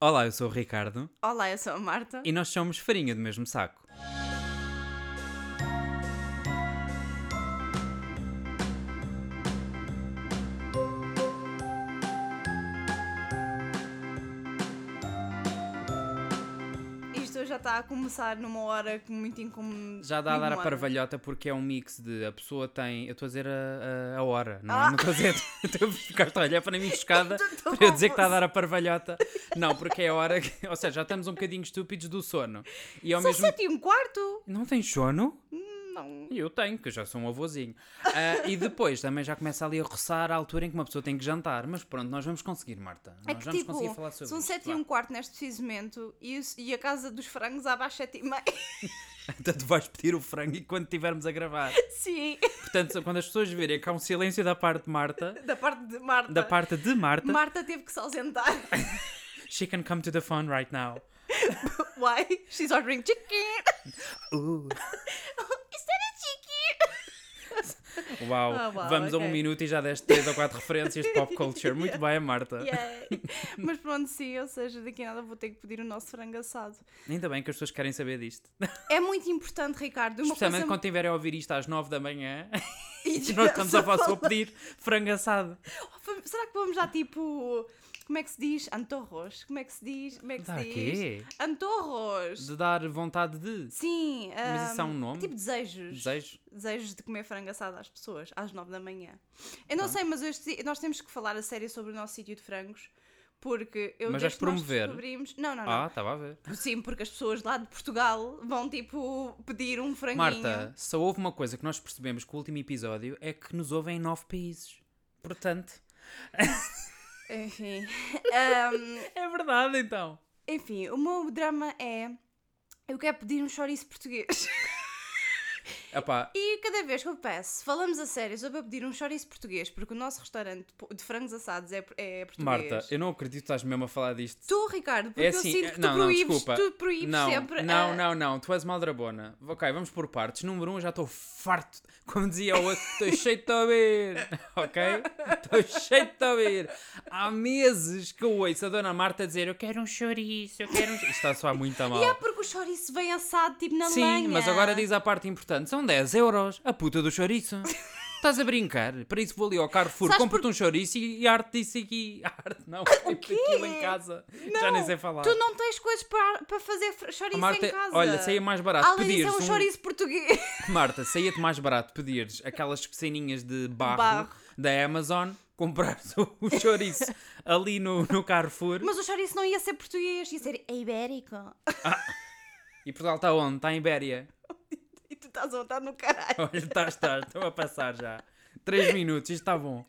Olá, eu sou o Ricardo Olá, eu sou a Marta. e nós somos Farinha do Mesmo Saco. Isto já está a começar numa hora que muito incomum. Já dá a dar a incomoda. parvalhota porque é um mix de a pessoa tem. Eu estou a dizer a, a- a hora, não é? Não estou a dizer. Tu ficaste a olhar para mim chocada Ah! Estou para eu dizer que está a dar a parvalhota. Não, porque é a hora. que- Ou seja, já estamos um bocadinho estúpidos do sono. E ao São mesmo. sete e um quarto? Não tens sono? Não. Eu tenho, que eu já sou um avôzinho. Ah, e depois também já começa ali a roçar a altura em que uma pessoa tem que jantar. Mas pronto, nós vamos conseguir, Marta. É nós que vamos tipo, conseguir falar sobre são isto, sete e vá. um quarto neste preciso momento e, o- e a casa dos frangos abre às sete e meia. Então tu vais pedir o frango enquanto estivermos a gravar. Sim, Portanto, quando as pessoas virem que há um silêncio da parte de Marta, da parte de Marta. da parte de Marta, Marta teve que se ausentar. she can come to the phone right now. Why? She's ordering chicken. Uh. Isto era chicken. Uau, Ah, uau, vamos a um ok. minuto e já deste três ou quatro referências de pop culture. Muito bem, Marta. Yay. Mas pronto, sim, ou seja, daqui a nada vou ter que pedir o nosso frango assado. Ainda bem que as pessoas querem saber disto. É muito importante, Ricardo. Uma Especialmente coisa... quando estiverem a ouvir isto às nove da manhã E e nós estamos a vossa a pedir frango assado. Fa- Será que vamos já tipo. Como é que se diz? Antorros? Como é que se diz? Como é que Dá se diz? quê? Antorros! De dar vontade de Sim! Mas isso é um ahm, nome? Tipo desejos. desejo. Desejos de comer frango assado às pessoas, às nove da manhã. Eu não sei, mas este di- nós temos que falar a sério sobre o nosso sítio de frangos. Porque eu Mas vais desde que nós promover? descobrimos- Não, não, Ah, não. estava a ver. Sim, porque as pessoas lá de Portugal vão tipo pedir um franguinho. Marta, se houve uma coisa que nós percebemos com o último episódio é que nos ouvem em nove países. Portanto, Enfim. ahm, é verdade então. enfim, o meu drama é. Eu quero pedir um chouriço português. Epá, E cada vez que eu peço, falamos a sério sobre eu pedir um chouriço português, porque o nosso restaurante de frangos assados é, é português. Marta, eu não acredito que estás mesmo a falar disto. Tu, Ricardo, porque É assim, eu sinto que tu não, não, proíbes, desculpa. tu proíbes não, sempre. eh, Não, a- não, não, tu és maldrabona. Ok, vamos por partes. Número um, eu já estou farto. Como dizia o outro, estou cheio de te ouvir. Ok? Estou cheio de te ouvir. Há meses que eu ouço a dona Marta dizer: Eu quero um chouriço, eu quero um. chouriço." Isto está a soar muito a mal. E é porque o chouriço vem assado tipo na Sim, lenha. mas agora diz a parte importante: são 10 euros a puta do chouriço. Estás a brincar? Para isso vou ali ao Carrefour, Sabes compro-te um chouriço e e arte disso aqui. Arte não, o aquilo em casa. Já nem sei falar. Tu não tens coisas para, para fazer fr- A chouriço Marta, em casa. olha, saía mais barato Além disso, pedires é um um... chouriço português. Marta, saía-te mais barato pedires aquelas ceninhas de barro, Barro. da Amazon, comprares o, o chouriço ali no, no Carrefour. Mas o chouriço não ia ser português, ia ser ibérico. E Portugal está onde? Está em Ibéria. E tu estás a voltar no caralho. Olha, estás, estás, estou a passar já. 3 minutos, isto está bom.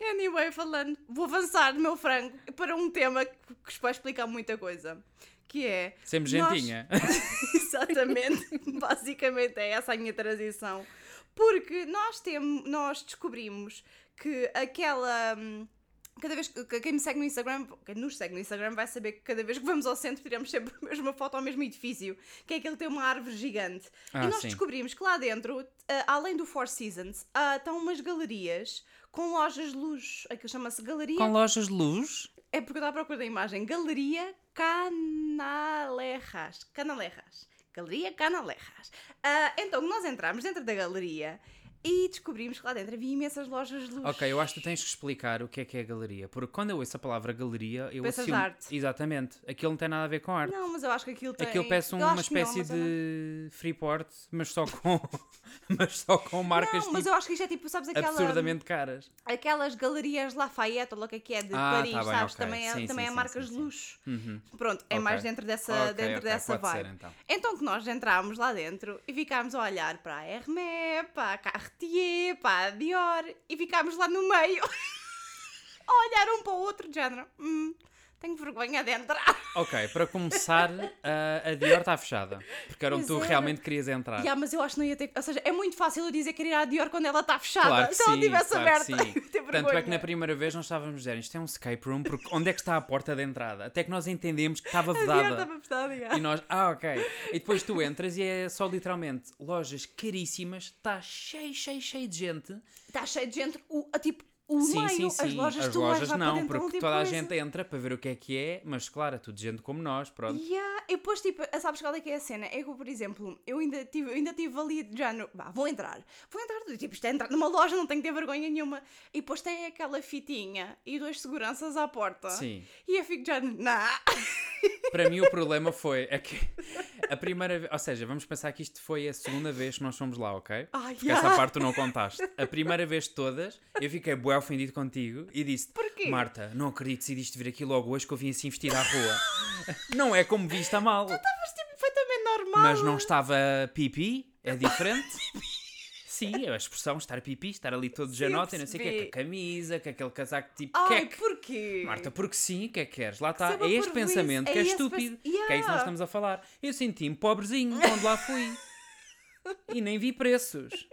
Anyway, falando, vou avançar no meu frango para um tema que que vos vai explicar muita coisa. Que é. Sempre nós- gentinha. Exatamente. Basicamente é essa a minha transição. Porque nós, temos, nós descobrimos que aquela. hum, Cada vez que que quem me segue no Instagram, quem nos segue no Instagram vai saber que cada vez que vamos ao centro tiramos sempre a mesma foto ao mesmo edifício, que é que ele tem uma árvore gigante. Ah, e nós sim. descobrimos que lá dentro, ah, além do Four Seasons, ah, estão umas galerias com lojas de luxo. Aquilo chama-se Galeria. Com lojas de luz? É porque eu estava à procura da imagem. Galeria Canalerras. Canalerras. Galeria Canalerras. Ah, então, nós entramos dentro da galeria e descobrimos que lá dentro havia imensas lojas de luz. Ok, eu acho que tu tens que explicar o que é que é galeria. Porque quando eu ouço a palavra galeria, eu Peças de assumo- arte. Exatamente. Aquilo não tem nada a ver com arte. Não, mas eu acho que aquilo tem... Aquilo parece eu uma acho que não, espécie mas eu não- de Freeport, mas só com, mas só com marcas Não, mas tipo, eu acho que isto é tipo, sabes, aquela... absurdamente caras. aquelas galerias Lafayette, ou lá o que é que é, de Ah, Paris, tá bem, sabes? ok. Também, é, Sim, também sim, é sim, marcas sim, de sim. luxo. Pronto, é Ok. mais dentro dessa, Ok, dentro ok, dessa pode ser, vibe. então. Então que nós entramos lá dentro e ficámos a olhar para a Hermé, para a Cartier, para a Dior e ficámos lá no meio a olhar um para o outro, de género. Hum, tenho vergonha de entrar. Ok, para começar, a, a Dior está fechada. Porque era onde Pois é. tu era. realmente querias entrar. Yeah, mas eu acho que não ia ter. Ou seja, é muito fácil eu dizer que querer ir à Dior quando ela está fechada. Claro que Se sim, ela estivesse claro aberta, que eu ia sim. ter vergonha. Tanto é que na primeira vez nós estávamos a dizer isto é um escape room, porque onde é que está a porta de entrada? Até que nós entendemos que estava A Dior vedada. estava fechada, yeah. E nós, ah, ok. E depois tu entras e é só literalmente lojas caríssimas, está cheio, cheio, cheio de gente. Está cheio de Tá gente, o, a, tipo, o sim, meio, sim, sim. as lojas tu vais lojas lá não, para dentro de um porque tipo toda a coisa. gente entra para ver o que é que é, mas claro, é tudo gente como nós, pronto. Yeah. E depois, tipo, sabes qual é que é a cena? É que, eu, por exemplo, eu ainda tive, eu ainda tive ali já no. Bah, vou entrar. Vou entrar. Tipo, isto é entrar numa loja, não tenho que ter vergonha nenhuma. E depois tem aquela fitinha e dois seguranças à porta. Sim. E eu fico já. Nah. Para mim o problema foi é que a primeira vez, ou seja, vamos pensar que isto foi a segunda vez que nós fomos lá, ok? Ai, Porque ah. essa parte tu não contaste. A primeira vez de todas, eu fiquei bué ofendido contigo e disse Porquê? Marta, não acredito que decidiste vir aqui logo hoje que eu vim assim vestida à rua. não é como vista mal, Mas, tipo, perfeitamente normal. mas não estava pipi, é diferente. Sim, é a expressão estar pipi, estar ali todo eu janote, e não sei o que, com percebi. a camisa, com aquele casaco tipo Ai, queque. porquê? Marta, porque sim, o que é que queres? Lá está. Perceba É este por pensamento isso, que é, é esse estúpido. pens- Que é isso que nós Yeah. estamos a falar. Eu senti-me pobrezinho quando lá fui. e nem vi preços.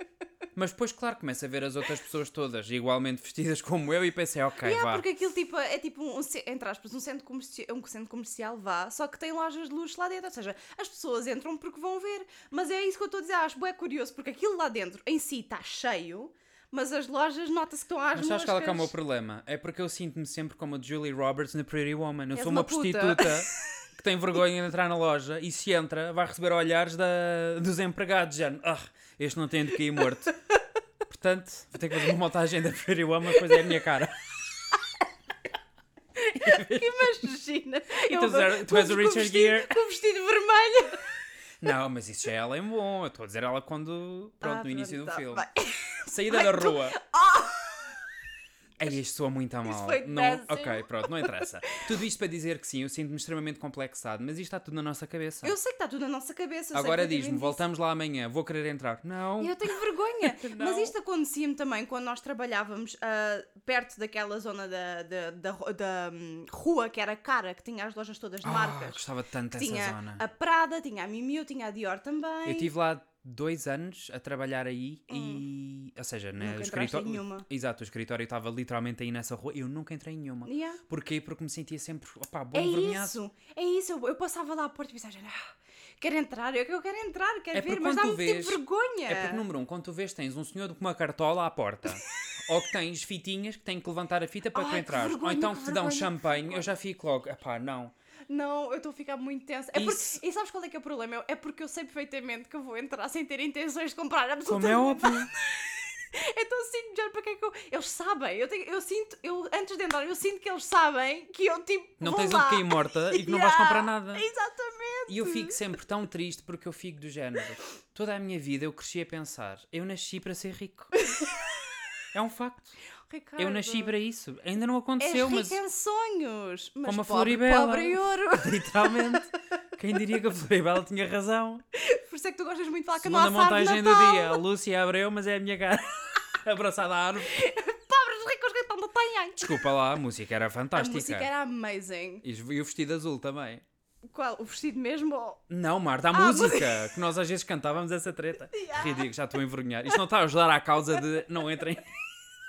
Mas depois, claro, começo a ver as outras pessoas todas igualmente vestidas como eu e pensei, ok, Yeah, vá. porque aquilo tipo, é tipo um, ce- entre aspas, um centro, comerci um centro comercial vá, só que tem lojas de luxo lá dentro, ou seja, as pessoas entram porque vão ver, mas é isso que eu estou a dizer, acho é curioso, porque aquilo lá dentro em si está cheio, mas as lojas nota-se que estão às Mas sabes qual é que é o meu moscas. problema? É porque eu sinto-me sempre como a Julie Roberts na Pretty Woman. Eu És sou uma, uma puta. prostituta que tem vergonha de entrar na loja e se entra vai receber olhares da- dos empregados. Já, ah, este não tem de cair morto. Portanto, vou ter que fazer uma montagem da Pretty Woman, depois é a minha cara. Imagina, eu tu és vou- a- tu com és o o Richard vestido- Gere. Com o vestido vermelho. Não, mas isso já é ela em bom. Eu estou a dizer ela quando. Pronto, Ah, no início pronto, do tá, filme. vai. Saída da rua. Ai, isto soa muito a mal. Ah! foi não, péssimo. ok, pronto, não interessa. Tudo isto para dizer que sim, eu sinto-me extremamente complexado, mas isto está tudo na nossa cabeça. Eu sei que está tudo na nossa cabeça. eu sei Agora que eu diz-me, também disse. voltamos lá amanhã, vou querer entrar. Não. Eu tenho vergonha. Mas Não. isto acontecia-me também quando nós trabalhávamos ah, perto daquela zona da, da, da, ro- da, hum, rua que era cara, que tinha as lojas todas de Ah, marcas. gostava tanto dessa Tinha zona. a Prada, tinha a Mimio, tinha a Dior também. Eu estive lá dois anos a trabalhar aí e. Ou seja, né, Ah. Nunca o entraste escritório. em nenhuma. Exato, o escritório estava literalmente aí nessa rua. Eu nunca entrei em nenhuma. Yeah. Porquê? Porque me sentia sempre, opá, um bom É envergonhado. isso, é isso. Eu, eu passava lá à porta e pensava, ah, quero entrar, eu, eu quero entrar, quero É porque ver, mas quando dá-me tu vês- tipo vergonha. É porque, número um, quando tu vês, tens um senhor com uma cartola à porta. ou que tens fitinhas que têm que levantar a fita para tu Ai, que entrar. ou vergonha, então que que te dão vergonha, que champanhe. Eu já fico logo, epá, não. Não, eu estou a ficar muito tensa. É porque, Isso- E sabes qual é que é o problema? É porque eu sei perfeitamente que eu vou entrar sem ter intenções de comprar Como absolutamente é óbvio. Então sinto já para que é que eu. Eles sabem, eu, tenho, eu sinto, eu antes de entrar, eu sinto que eles sabem que eu tipo. Não vou tens lá. onde cair morta e que não vais Yeah, comprar nada. Exatamente. E eu fico sempre tão triste porque eu fico do género. Toda a minha vida eu cresci a pensar, eu nasci para ser rico. É um facto. Ricardo, Eu nasci para isso. Ainda não aconteceu, és mas rico em sonhos, mas Como a pobre, Floribela. né? pobre e ouro. literalmente, quem diria que a Floribela tinha razão? Por isso é que tu gostas muito de falar que Segunda não há árvore montagem de do Natal. dia, a Lúcia abreu, mas é a minha cara abraçada à árvore. Pobres ricos que não têm. Desculpa lá, a música era A fantástica. música era amazing. E e o vestido azul também. Qual? O vestido mesmo? ou- Não, Marta, a Ah, a música! Que nós às vezes cantávamos essa treta. Ridículo, já estou a envergonhar. Isto não está a ajudar à causa de não entrem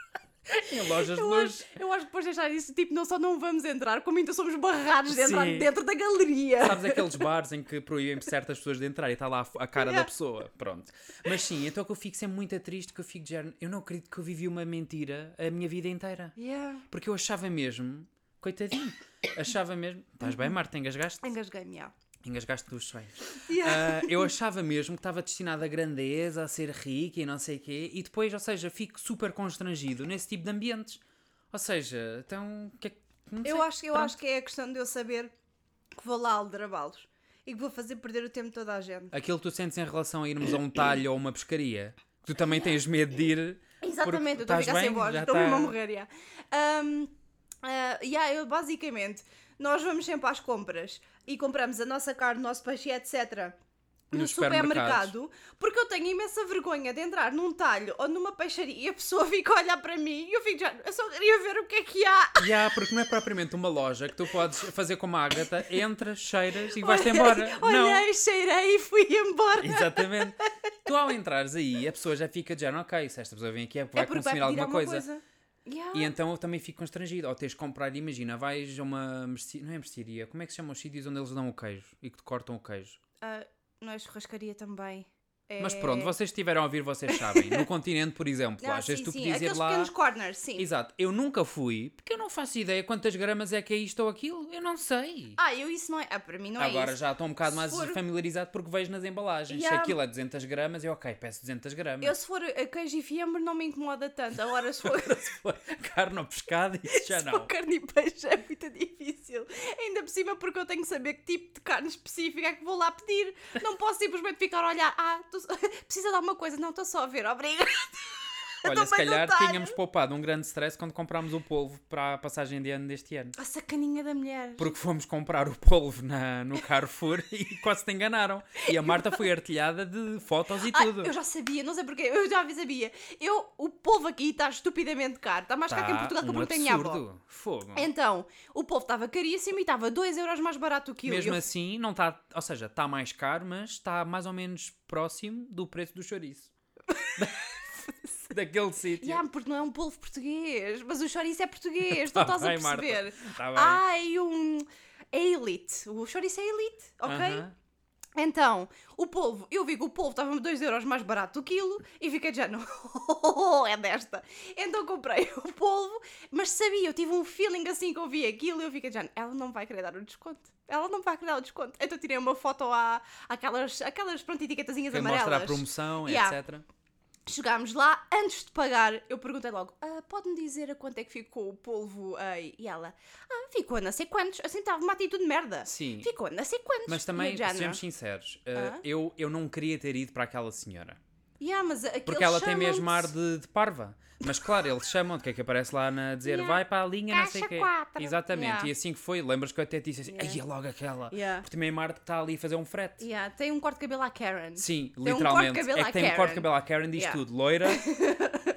em lojas de Eu acho, luz. eu acho que depois de deixar isso, tipo, não só não vamos entrar, como ainda somos barrados de entrar Sim. dentro da galeria. Sabes aqueles bares em que proíbem certas pessoas de entrar e está lá a f- a cara da Yeah. pessoa. Pronto. Mas sim, então que eu fico sempre muito triste, que eu fico de género, Eu não acredito que eu vivi uma mentira a minha vida inteira. Yeah. Porque eu achava mesmo, coitadinho, achava mesmo. Estás bem, Marta? Engasgaste? Engasguei-me, yeah. Engasgaste dos sonhos. Yeah. Ah, eu achava mesmo que estava destinado à grandeza, a ser rico e não sei quê, e depois, ou seja, fico super constrangido nesse tipo de ambientes. Ou seja, então, o que é que. não Eu, sei, acho, eu pronto. acho que é a questão de eu saber que vou lá aldrabá-los e que vou fazer perder o tempo de toda a gente. Aquilo que tu sentes em relação a irmos a um talho ou a uma pescaria, que tu também tens medo de ir. Exatamente, eu porque estou a estás ficar sem bem, voz, já estou mesmo tá- a morrer. Yeah. Um, ah, yeah, eu, basicamente, nós vamos sempre às compras e compramos a nossa carne, o nosso peixe, etc. No Nos supermercados. supermercado, porque eu tenho imensa vergonha de entrar num talho ou numa peixaria e a pessoa fica a olhar para mim e eu fico já, eu só queria ver o que é que há. E há, porque não é propriamente uma loja que tu podes fazer como a Ágata, entras, cheiras e vais-te embora. não. Olhei, cheirei e fui embora. Exatamente. Tu ao entrares aí, a pessoa já fica de género, ok, se esta pessoa vem aqui é porque vai consumir pedir alguma coisa. Yeah. E então eu também fico constrangido. Ou tens de comprar, imagina, vais a uma mercearia, não é mercearia, como é que se chamam os sítios onde eles dão o queijo e que te cortam o queijo? Ah, não é churrascaria também. Mas pronto, vocês estiveram a ouvir, vocês sabem. No continente, por exemplo, Ah, às vezes sim, tu sim, podias ir aqueles lá. pequenos corners, sim. Exato, eu nunca fui, porque eu não faço ideia quantas gramas é que é isto ou aquilo, eu não sei. Ah, eu isso não é. Ah, para mim não Agora é isso. já estou um bocado Se mais for- familiarizado porque vejo nas embalagens. Se Yeah. aquilo é 200 gramas, eu ok, peço 200 gramas. Eu se for a queijo e fiambre não me incomoda tanto. Agora se for, se Carne ou pescado, isso já for não. carne e peixe é muito difícil. Ainda por cima porque eu tenho que saber que tipo de carne específica é que vou lá pedir. Não posso simplesmente ficar a olhar. Ah, tô... só- precisa de alguma coisa. Não, estou só a ver. Obrigada. Olha, se também não calhar tenho. tínhamos poupado um grande stress quando comprámos o polvo para a passagem de ano deste ano. A sacaninha da mulher. Porque fomos comprar o polvo na, no Carrefour e quase te enganaram. E a Marta foi artilhada de fotos e Ah, tudo. eu já sabia, não sei porquê, eu já sabia. Eu, o povo aqui está estupidamente caro. Está mais caro que em Tá Portugal que eu um perguntei à minha avó. absurdo. Fogo. Então, o povo estava caríssimo e estava 2 euros mais barato que eu. Mesmo eu assim, não está. Ou seja, está mais caro, mas está mais ou menos próximo do preço do chouriço. Daquele sítio. Yeah, porque não é um polvo português, mas o chouriço é português, tu estás a bem, Marta. perceber. Tá bem. Ai, um. É elite. O chouriço é elite, ok? Aham. Então, o polvo, eu vi que o polvo estava 2 euros mais barato do quilo e fiquei já, não, é desta. Então comprei o polvo, mas sabia, eu tive um feeling assim que eu vi aquilo e eu fiquei já, ela não vai querer dar o desconto. Ela não vai querer dar o desconto. Então tirei uma foto à, àquelas, àquelas pronto, etiquetazinhas Quem mostra a amarelas. promoção, Yeah. etc. Chegámos lá, antes de pagar, eu perguntei logo: "Ah, pode-me dizer a quanto é que ficou o polvo aí? E ela: Ah, ficou a não sei quantos. Assim estava uma atitude de merda. Sim. Ficou a não sei quantos. Mas E também, eu já sejamos não. sinceros, uh, Ah? eu, eu não queria ter ido para aquela senhora. Yeah, mas aqueles Porque ela tem chamam-te mesmo ar de, de parva. Mas claro, eles chamam, de que é que aparece lá na dizer Yeah. vai para a linha, não sei o Caixa quê. quatro. Exatamente, Yeah. e assim que foi, lembras que eu até disse assim, Yeah. aí é logo aquela. Yeah. Porque também a Marta está ali a fazer um frete. Yeah, tem um corte de cabelo à Karen. Sim, Tem um corte literalmente. de cabelo é à que tem um corte de Karen. cabelo à Karen, diz Yeah. tudo, loira,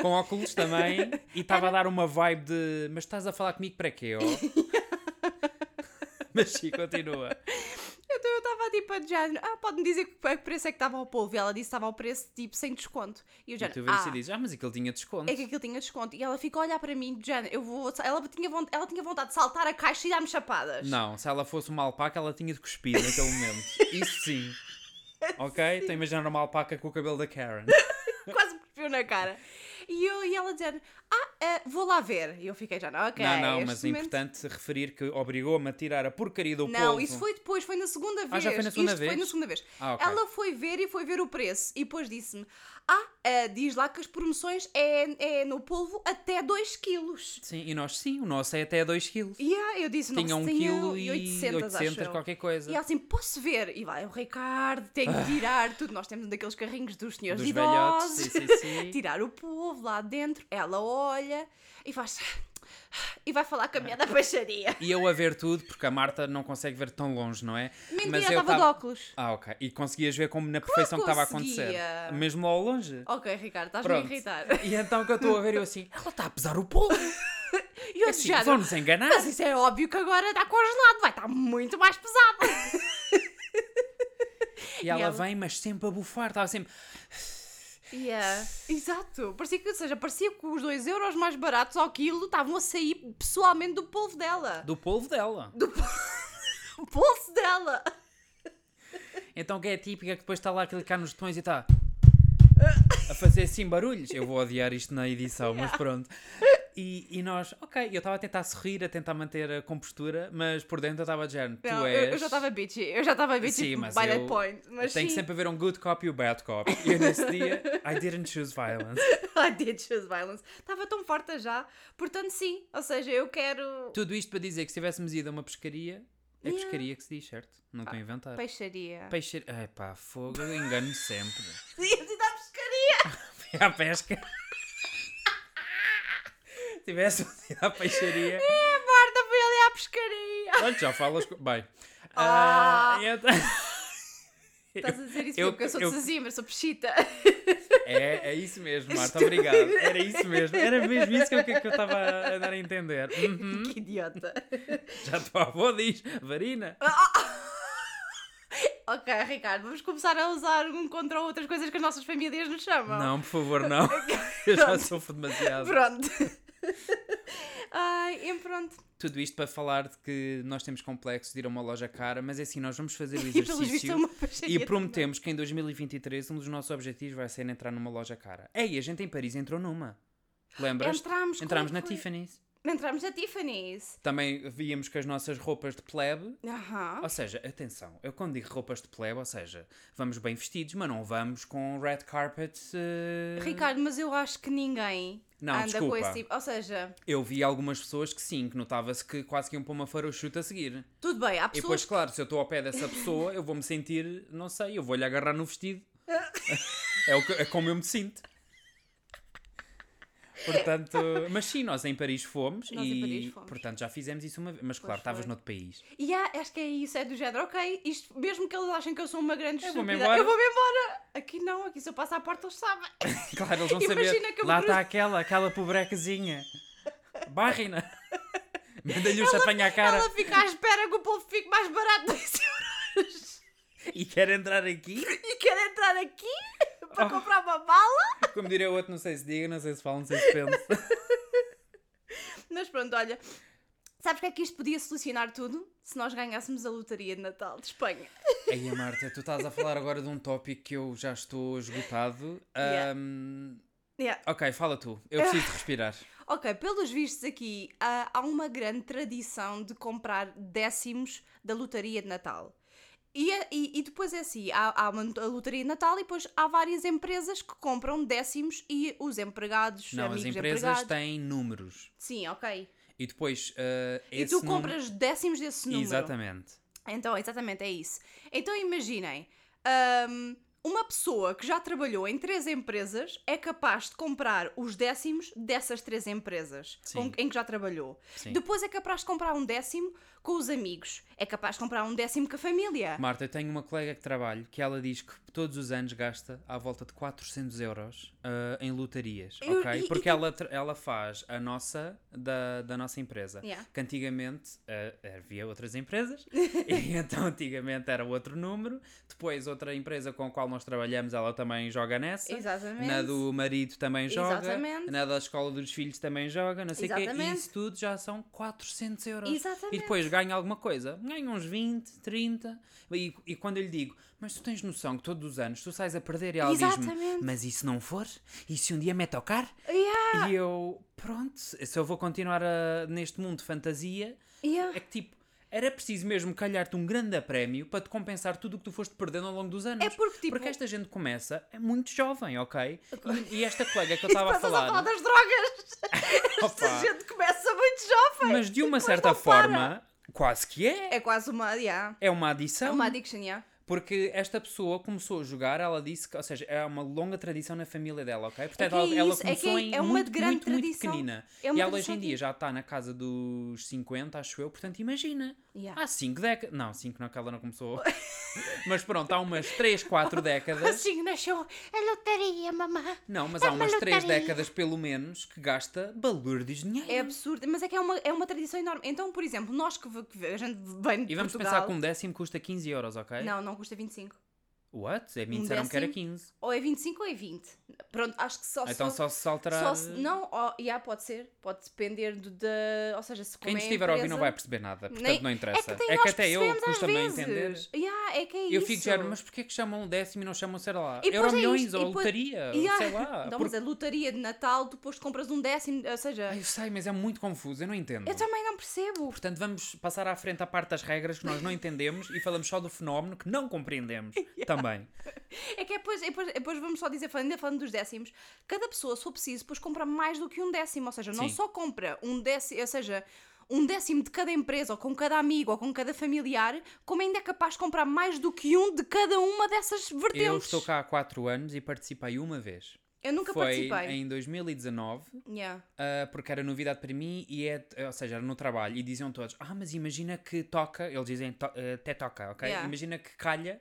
com óculos também, e estava a dar uma vibe de mas estás a falar comigo para quê? ó?" mas sim, continua. Então eu estava tipo a género: Ah, pode-me dizer que a que preço é que estava ao polvo? E ela disse que estava ao preço tipo sem desconto. E eu já E tu vês ah, e dizes, ah, mas aquilo tinha desconto. é que aquilo tinha desconto. E ela ficou a olhar para mim, de género, eu vou. Ela tinha, von- ela tinha vontade de saltar a caixa e dar-me chapadas. Não, se ela fosse uma alpaca, ela tinha de cuspir naquele momento. Isso sim. Ok? Estou a imaginar uma alpaca com o cabelo da Karen. quase me cuspiu na cara. E, eu, e ela dizendo, ah, eh, vou lá ver. E eu fiquei já, não, ok. não, não, este mas é momento- importante referir que obrigou-me a tirar a porcaria do Não, polvo. isso foi depois, foi na segunda vez. Ah, já foi na segunda Isto foi vez? na segunda vez. Ah, ok. Ela foi ver e foi ver o preço. E depois disse-me, ah, eh, diz lá que as promoções é, é no polvo até 2 quilos. Sim, e nós sim, o nosso é até 2 kg. E ah, eu disse, não, Tinha 1 tinha kg e 800, acho 800 eu. qualquer E coisa. ela assim, posso ver? E vai, o Ricardo, tem que tirar tudo. Nós temos um daqueles carrinhos dos senhores Dos velhotes, idosos. sim, sim, sim. tirar o povo lá dentro. Ela olha e faz... E vai falar com a É. minha da peixaria. E eu a ver tudo, porque a Marta não consegue ver tão longe, não é? Mentira, ela estava de tava- óculos. Ah, ok. E conseguias ver como na perfeição que estava a acontecer. conseguia? Mesmo lá ao longe. Ok, Ricardo, estás-me a Pronto. irritar. E então que eu estou a ver, eu assim, ela está a pesar o polvo. E eu Assim, já... vão-nos enganar. Mas isso é óbvio que agora está congelado. Vai estar muito mais pesado. E ela, ela- vem, mas sempre a bufar, estava sempre. Yeah. Exato. Parecia que, ou seja, parecia que os 2 euros mais baratos ao quilo estavam a sair pessoalmente do polvo dela. Do polvo dela. do bolso dela. Então que é a típica que depois está lá a clicar nos botões e está. A fazer assim barulhos. Eu vou odiar isto na edição, mas pronto. E, e nós, ok, eu estava a tentar sorrir, a tentar manter a compostura, mas por dentro eu estava de género. Tu Não, eu- és. eu, já estava assim." bitchy, eu já estava bitchy Sim, mas by eu- that point. Mas Tem sim, sempre a haver um good cop e um bad cop. E eu nesse dia, I didn't choose violence. I did choose violence. Estava tão farta já. Portanto, sim, ou seja, eu quero Tudo isto para dizer que se tivéssemos ido a uma pescaria, é Yeah. pescaria que se diz, certo? Não estou a inventar. peixaria. Peixeiro. Ai pá, fogo, eu engano sempre. Íamos ir à pescaria! Fui à pesca. Tivesse ido à peixaria. A Marta foi ali à pescaria! Olha, já falas. co- Bem. Ah. ah, então- Estás a dizer isso eu- porque eu sou eu- de Sesimbra, sou peixita. é, é isso mesmo, Marta, obrigado. Era isso mesmo. Era mesmo isso que eu que eu estava a dar a entender. Uhum. que idiota. Já a tua avó diz, Varina. ok, Ricardo, vamos começar a usar um contra outras coisas que as nossas famílias nos chamam. Não, por favor, não. Eu já sofro demasiado. Pronto. Ai, e pronto. Tudo isto para falar de que nós temos complexo de ir a uma loja cara, mas é assim, nós vamos fazer o E pelos vistos é exercício uma peixaria. e prometemos que em 2023 um dos nossos objetivos vai ser entrar numa loja cara. Ei, a gente em Paris entrou numa. Lembras? Entramos, como Entramos na foi? Tiffany's. Entramos na Tiffany's. Também víamos com as nossas roupas de plebe. Aham. Ou seja, atenção, eu quando digo roupas de plebe, ou seja, vamos bem vestidos, mas não vamos com red carpet. eh, Ricardo, mas eu acho que ninguém Não, anda com desculpa. esse tipo. Ou seja, Eu vi algumas pessoas que sim, que notava-se que quase que iam para uma farochute a seguir. tudo bem, há E depois, pessoas. claro, se eu estou ao pé dessa pessoa, eu vou-me sentir, não sei, eu vou-lhe agarrar no vestido. é, o que, é como eu me sinto. Portanto, mas sim, nós em Paris fomos Nós e em Paris fomos. portanto já fizemos isso uma vez, mas claro, estavas foi. noutro país. E há- acho que é isso, é do género, ok, isto, mesmo que eles achem que eu sou uma grande Eu vou-me estúpida, embora. eu vou-me embora. Aqui não, aqui se eu passar à porta eles sabem. Claro, eles vão Imagina saber. que eu me Lá cruzo- está aquela, aquela pobrecazinha. Barrem-na. Manda-lhe um chapanho à cara Ela fica à espera que o povo fique mais barato dois euros. e quer entrar aqui. E quer entrar aqui Ah. para comprar uma bala. Como diria o outro, não sei se diga, não sei se fala, não sei se pensa. Mas pronto, olha, sabes que é que isto podia solucionar tudo? Se nós ganhássemos a lotaria de Natal de Espanha. Aí, Marta, tu estás a falar agora de um tópico que eu já estou esgotado. Yeah. Ahm, Yeah. ok, fala tu. Eu preciso de respirar. Ok, pelos vistos aqui, há há uma grande tradição de comprar décimos da lotaria de Natal. E, é- e- e depois é assim, há, há uma, a lotaria de Natal e depois há várias empresas que compram décimos e os empregados, Não, amigos as empresas empregados... têm números. Sim, ok. E depois, ah, E esse tu número- compras décimos desse número. Exatamente. Então, exatamente, é isso. Então, imaginem, hum, uma pessoa que já trabalhou em três empresas é capaz de comprar os décimos dessas três empresas Sim. com- em que já trabalhou. Sim. Depois é capaz de comprar um décimo com os amigos. É capaz de comprar um décimo com a família. Marta, eu tenho uma colega que trabalho que ela diz que todos os anos gasta à volta de 400 euros ah, em lotarias, Eu- ok? e- e Porque tu- ela, tra- ela faz a nossa da, da nossa empresa. Yeah. Que antigamente ah, havia outras empresas, e então antigamente era outro número, depois outra empresa com a qual nós trabalhamos, ela também joga nessa. Exatamente. Na do marido também joga, Exatamente. na da escola dos filhos também joga, não sei o quê. E Exatamente. isso tudo já são 400 euros. Exatamente. E depois ganha alguma coisa. Ganha uns 20, 30. E, e quando eu lhe digo, mas tu tens noção que todos os anos tu sais a perder e ela diz-me, Exatamente. mas e se não for? E se um dia me tocar? Yeah, E eu, pronto, se eu vou continuar a- neste mundo de fantasia, yeah. é que tipo, era preciso mesmo calhar-te um grande prémio para te compensar tudo o que tu foste perdendo ao longo dos anos. É porque, tipo- Porque esta gente começa é muito jovem, ok? E, e esta colega que eu estava a Passas a falar falar. né? das drogas. opa, Esta gente começa muito jovem. mas de uma depois certa não para. forma, quase que é. É quase uma, yeah. É uma É adição. uma addiction, yeah. Porque esta pessoa começou a jogar, ela disse que, ou seja, é uma longa tradição na família dela, ok? Portanto, que é ela, ela isso, é que começou é- em é uma muito, grande muito, muito tradição. pequenina. É uma e ela hoje tradição em que- dia já está na casa dos 50, acho eu, portanto, imagina. Yeah. Há 5 décadas. Não, 5 não, que ela não começou. Mas pronto, há umas 3, 4 décadas. Assim nasceu a lotaria, mamá. Não, mas há umas 3 lutaria. décadas, pelo menos, que gasta balúrdios de dinheiro. É absurdo, mas é que é uma, é uma tradição enorme. Então, por exemplo, nós que, v- que v- a gente vem de E vamos Portugal... pensar é? que um décimo custa 15 euros, ok? Não, não custa 25. What? É, me disseram que era décimo? 15. Ou é 25 ou é 20. Não, Pronto, acho que só se Então for- só se alterar. só se- não, ó, já pode ser. Pode depender do- da... Ou seja, se Quem como nos é estiver a ouvir não vai empresa- perceber nada, portanto Nem- não interessa. É que, tem nós até eu percebemos às custa-me a entender. vezes. Yeah, é que é eu isso. fico género, mas porquê que chamam um décimo e não chamam, sei lá, E depois euro é milhões isto, e ou depois- lotaria, ou Yeah. sei lá. Não, porque- Então, mas a lotaria de Natal, depois compras um décimo, ou seja... Ah, eu sei, mas é muito confuso, eu não entendo. eu também não percebo. Portanto, vamos passar à frente a parte das regras que nós não entendemos e falamos só do fenómeno que não compreendemos também. É que é depois, é depois, é depois vamos só dizer, falando, ainda falando dos décimos, cada pessoa, se for preciso, depois compra mais do que um décimo. Ou seja, não Sim. só compra um décimo, ou seja, um décimo de cada empresa, ou com cada amigo, ou com cada familiar, como ainda é capaz de comprar mais do que um de cada uma dessas vertentes. Eu estou cá há 4 anos e participei uma vez. Eu nunca Foi participei. em 2019 Yeah. Uh, porque era novidade para mim e é, ou seja, era no trabalho e diziam todos, ah, mas imagina que toca, eles dizem to- uh, até toca, ok? Yeah. Imagina que calha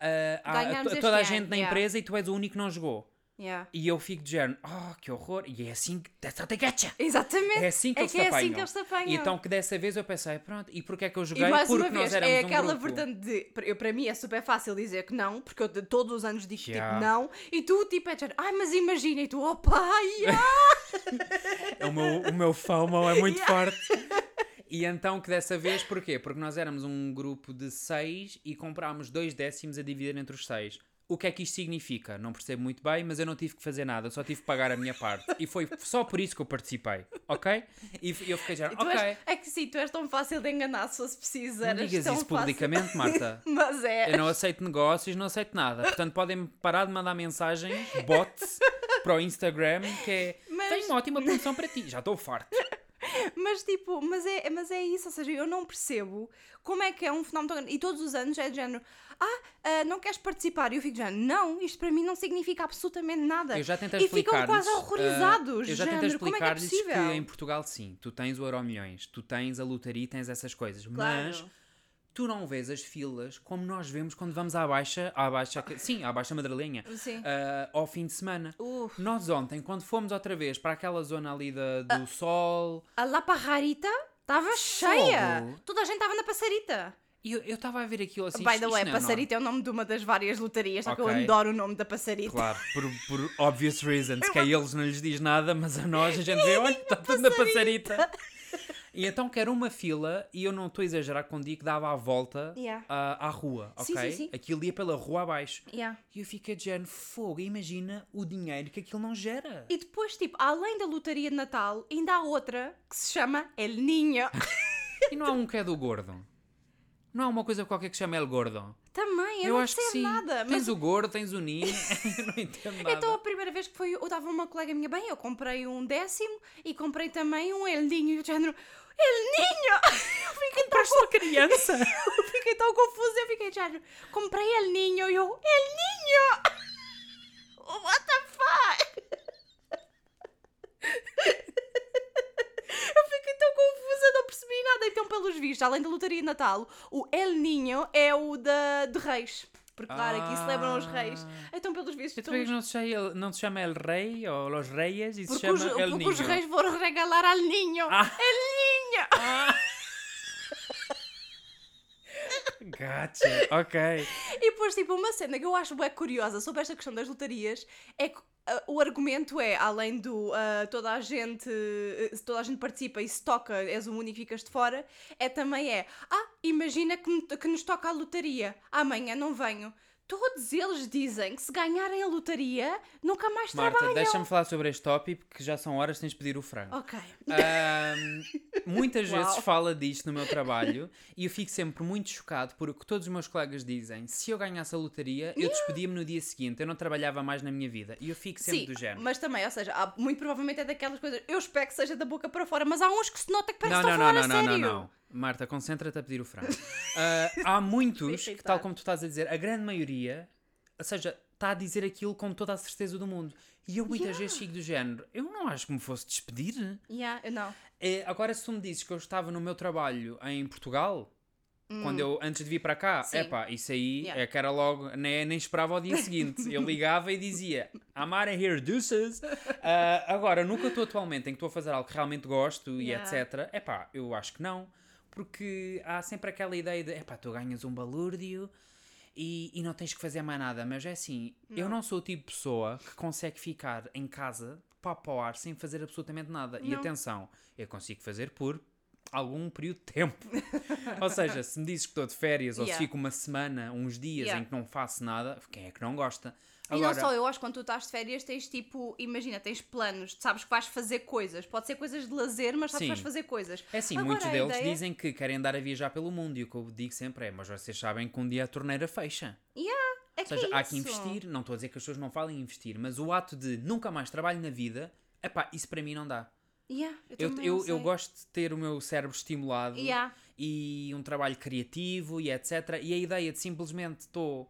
uh, a- a Ganharmos to- este toda a ano, gente na yeah. empresa e tu és o único que não jogou. Yeah. E eu fico de género, oh, que horror, e é assim que, that's how they get ya! Exatamente. É assim que, eles, é te apanham. assim que eles te apanham. E então que dessa vez eu pensei, pronto, e porque é que eu joguei? E mais porque uma vez, nós éramos é aquela um grupo. vertente de. para- Eu, para mim é super fácil dizer que não, porque eu de- todos os anos digo Yeah. tipo não, e tu tipo é de género, ai, mas imagina, e tu, opa, ai, ai." É o meu, o meu FOMO é muito forte. E então que dessa vez, porquê? Porque nós éramos um grupo de seis e comprámos dois décimos a dividir entre os seis. O que é que isto significa? Não percebo muito bem, mas eu não tive que fazer nada, eu só tive que pagar a minha parte. E foi só por isso que eu participei, ok? E f- eu fiquei já, E tu ok. és- é que sim, tu és tão fácil de enganar se fosse preciso. Não eras digas tão isso fácil. publicamente, Marta. Mas é. Eu não aceito negócios, não aceito nada. Portanto, podem parar de mandar mensagens, bots, para o Instagram, que é. Mas- Tenho uma ótima promoção para ti. Já estou farto. Mas tipo, mas é, mas é isso, ou seja, eu não percebo como é que é um fenómeno tão grande. E todos os anos é de género, ah, ah, não queres participar? E eu fico de género, não, isto para mim não significa absolutamente nada. Eu já tentei E ficam explicar-lhes. quase horrorizados. ah, eu já tentei género, como é que é explicar-lhes possível? que em Portugal, sim, tu tens o Euro Milhões, tu tens a lotaria e tens essas coisas. Claro. Mas tu não vês as filas como nós vemos quando vamos à Baixa. À Baixa sim, à Baixa Madrilenha. Sim. ah, ao fim de semana. Uf. Nós ontem, quando fomos outra vez para aquela zona ali da, Ah. do sol. A La Parrarita estava cheia. Fogo. Toda a gente estava na passarita. E eu estava a ver aquilo assim. By isto- the isto way, não é normal. passarita é o nome de uma das várias lotarias, só que eu Ok. adoro o nome da passarita. Claro, por, por obvious reasons, que a eles não lhes diz nada, mas a nós a gente vê, olha, está tudo na passarita. E então que era uma fila, e eu não estou a exagerar quando digo que dava a volta ah, Yeah. à, à rua, ok? Sim, sim, sim. Aquilo ia pela rua abaixo. Yeah. E eu fiquei de género, fogo, imagina o dinheiro que aquilo não gera. E depois, tipo, além da lotaria de Natal, ainda há outra que se chama El Ninho. E não há um que é do gordo? Não há uma coisa qualquer que se chama El Gordo? Também, eu, não acho que percebo sim. nada. Tens Mas o gordo, tens o ninho, eu não entendo nada. então a primeira vez que foi, eu estava uma colega minha, bem, eu comprei um décimo e comprei também um El Ninho. E o género, El Ninho! Eu fiquei tão Parece uma criança. Eu fiquei tão confusa, eu fiquei já. Comprei El Ninho e eu. El Ninho! What the fuck? Eu fiquei tão confusa, não percebi nada. Então, pelos vistos, além da lotaria de Natal, o El Ninho é o da, de Reis. Porque, claro, aqui celebram os reis. Ah. Então, pelos vistos, Então, por que é que estamos- não se, chama, não se chama El Rei ou Los Reyes e se porque, chama os, El porque Niño? os reis vão regalar al Ninho. Ah. El Ninho! Ah. Gotcha, ok. E depois, tipo, uma cena que eu acho bem curiosa sobre esta questão das lotarias é que ah, o argumento é, além do ah, toda a gente ah, se toda a gente participa e se toca, és o único que ficas de fora, é também é, ah, imagina que, me- que nos toca a lotaria, amanhã não venho. Todos eles dizem que se ganharem a lotaria, nunca mais Marta, trabalham. deixa-me falar sobre este tópico que já são horas que tens de pedir o frango. Ok. Ahm, muitas Uau. vezes fala disto no meu trabalho e eu fico sempre muito chocado por o que todos os meus colegas dizem. Se eu ganhasse a lotaria, eu despedia-me no dia seguinte, eu não trabalhava mais na minha vida. E eu fico sempre Sim, do género. mas também, ou seja, há- muito provavelmente é daquelas coisas, eu espero que seja da boca para fora, mas há uns que se nota que parece Não, que não, estão não, a não, falar a não, não, sério. não. Marta, concentra-te a pedir o frango. Ah, há muitos Deixa que, eu tal estar. como tu estás a dizer, a grande maioria, ou seja, está a dizer aquilo com toda a certeza do mundo. E eu muitas vezes sigo do género, eu não acho que me fosse despedir. Yeah, eu não. É, agora, se tu me dizes que eu estava no meu trabalho em Portugal, quando eu, antes de vir para cá, Hum. Sim. epá, isso aí Yeah. é que era logo, nem, nem esperava ao dia seguinte. Eu ligava e dizia, I'm out of here, deuces. Ah, agora, nunca estou atualmente em que estou a fazer algo que realmente gosto Yeah. e etc. Epá, eu acho que não. Porque há sempre aquela ideia de, epá, tu ganhas um balúrdio e, e não tens que fazer mais nada. Mas é assim, eu não sou o tipo de pessoa que consegue ficar em casa, papo ao ar, sem fazer absolutamente nada. E Não. atenção, eu consigo fazer por algum período de tempo. ou seja, se me dizes que estou de férias ou se Yeah. fico uma semana, uns dias Yeah. em que não faço nada, quem é que não gosta? e não só, eu acho que quando tu estás de férias tens tipo, imagina, tens planos, tu sabes que vais fazer coisas. Pode ser coisas de lazer, mas sabes Sim. que vais fazer coisas. É assim, Agora, muitos a deles ideia- dizem que querem andar a viajar pelo mundo e o que eu digo sempre é, mas vocês sabem que um dia a torneira fecha. É Ou seja, é há que isso. investir, não estou a dizer que as pessoas não falem em investir, mas o ato de nunca mais trabalho na vida, epá, isso para mim não dá. Yeah, eu, Eu, também eu, não eu sei. gosto de ter o meu cérebro estimulado Yeah. e um trabalho criativo e etc. E a ideia de simplesmente estou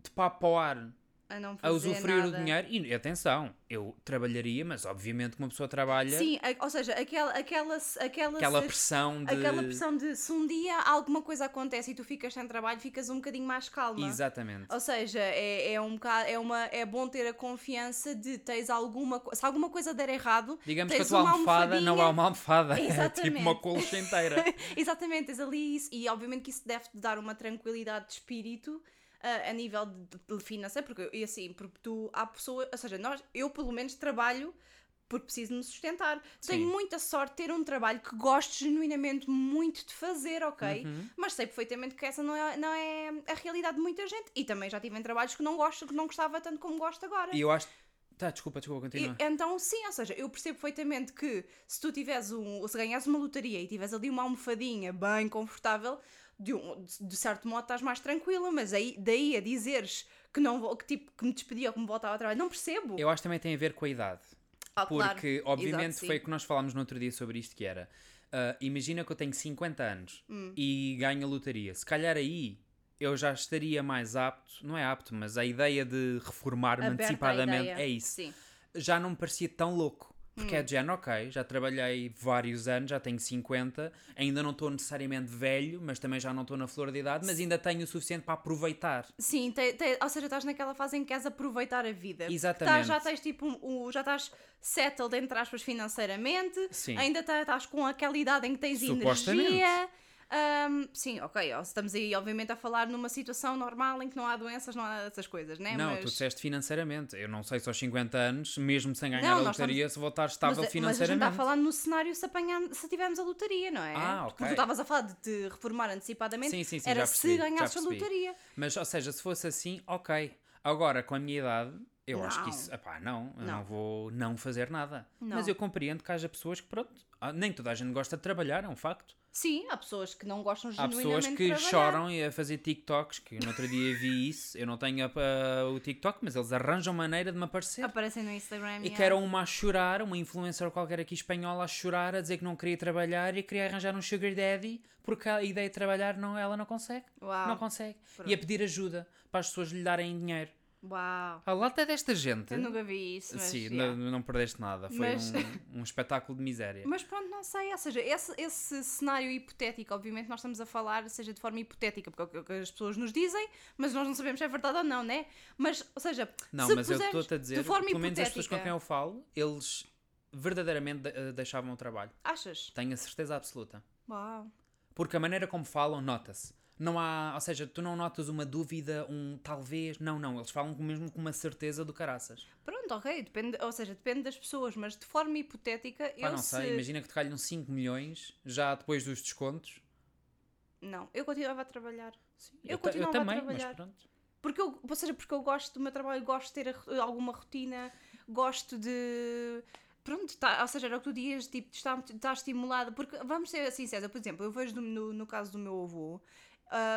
de papo ao ar A, não a fazer usufruir nada. do dinheiro. E atenção, eu trabalharia, mas obviamente que uma pessoa trabalha, Sim, a- ou seja, aquela, aquela, aquela, aquela pressão de. aquela pressão de se um dia alguma coisa acontece e tu ficas sem trabalho, ficas um bocadinho mais calma. Exatamente. Ou seja, é, é um bocado, é, uma, é bom ter a confiança de tens alguma co- se alguma coisa der errado, Digamos que tens a tua uma almofada não é almofadinha. uma almofada, é tipo uma Exatamente. colcha inteira. Exatamente, tens ali isso, e obviamente que isso deve-te dar uma tranquilidade de espírito ah, a nível de, de financeiro, porque e assim, porque tu há pessoas, ou seja, nós, eu pelo menos trabalho por porque preciso me sustentar. Sim. Tenho muita sorte de ter um trabalho que gosto genuinamente muito de fazer, ok? Uhum. Mas sei perfeitamente que essa não é, não é a realidade de muita gente. E também já tive em trabalhos que não gosto, que não gostava tanto como gosto agora. E eu acho. Tá, desculpa, desculpa, E- continua. então, sim, ou seja, eu percebo perfeitamente que se tu tiveres um, ou se ganhas uma lotaria e tiveres ali uma almofadinha bem confortável, de, um- de- de certo modo estás mais tranquila, mas aí, daí a dizeres que, não, vou- que, tipo, que me despedi ou que me voltava ao trabalho, não percebo. Eu acho que também tem a ver com a idade. Ah, claro. Porque, Exato, obviamente, sim. foi o que nós falámos no outro dia sobre isto, que era... ah, imagina que eu tenho 50 anos Hum. e ganho a lotaria. Se calhar aí eu já estaria mais apto... Não é apto, mas a ideia de reformar-me Aberta à antecipadamente ideia. é isso. Sim. Já não me parecia tão louco. Porque é Hum. de género, ok, já trabalhei vários anos, já tenho 50, ainda não estou necessariamente velho, mas também já não estou na flor da idade, mas ainda tenho o suficiente para aproveitar. Sim, te- te- ou seja, estás naquela fase em que queres aproveitar a vida. Que Exatamente. Estás, já estás tipo, um- um- já estás settled, entre aspas, financeiramente. Sim. Ainda tá- estás com aquela idade em que tens Supostamente. energia. Ahm, sim, ok, ó, estamos aí obviamente a falar numa situação normal em que não há doenças, não há essas coisas, né? Não, mas, tu disseste financeiramente. Eu não sei se aos 50 anos, mesmo sem ganhar Não, a nós lotaria, se vou estar mas, estável mas a gente está a financeiramente. falar no cenário se, apanhar, se tivermos a lotaria, não é? Ah, ok. Porque tu estavas a falar de te reformar antecipadamente, Sim, sim, sim, era já percebi, se já ganhasses a percebi. lotaria. Mas, ou seja, se fosse assim, ok. Agora, com a minha idade, eu acho que Não. isso. Epá, não, eu não. Não. vou não fazer nada. Não. Mas eu compreendo que haja pessoas que, pronto, ah, nem toda a gente gosta de trabalhar, é um facto. Sim, há pessoas que não gostam Há genuinamente pessoas de que trabalhar. choram e a fazer TikToks, que eu no outro dia vi isso. Eu não tenho ah, o TikTok, mas eles arranjam maneira de me aparecer. Aparecem no E Instagram. Ah, yeah. que era uma a chorar, uma influencer qualquer aqui espanhola a chorar, a dizer que não queria trabalhar e queria arranjar um sugar daddy porque a ideia de trabalhar não, ela não consegue. Uau. Não consegue. E a pedir ajuda para as pessoas lhe darem dinheiro. Uau. A lata é desta gente. Eu nunca vi isso, mas, Hum? Sim, yeah. não, não perdeste nada. Foi Mas- um, um espetáculo de miséria. Mas pronto, não sei. Ou seja, esse, esse cenário hipotético, obviamente, nós estamos a falar, seja de forma hipotética, porque é o que- o que as pessoas nos dizem, mas nós não sabemos se é verdade ou não, né? Mas, ou seja, Não, se mas eu pusermos estou-te a dizer, de forma pelo menos as pessoas com hipotética, quem eu falo, eles verdadeiramente de- eh, deixavam o trabalho. achas? Tenho a certeza absoluta. Uau. Porque a maneira como falam, nota-se. Não há, ou seja, tu não notas uma dúvida, um talvez, não, não, eles falam com- mesmo com uma certeza do caraças. Pronto, ok, depende, ou seja, depende das pessoas, mas de forma hipotética, Pá, eu não se... sei, imagina que te calham 5 milhões já depois dos descontos. Não, eu continuava a trabalhar. eu ta- continuava a também, mas trabalhar. pronto. Porque eu, ou seja, porque eu gosto do meu trabalho, gosto de ter a ro- alguma rotina, gosto de. Pronto, tá, ou seja, era o que tu dias, tipo, de estar, de estar estimulada. Porque, vamos ser sinceros, eu, por exemplo, eu vejo no, no, no caso do meu avô,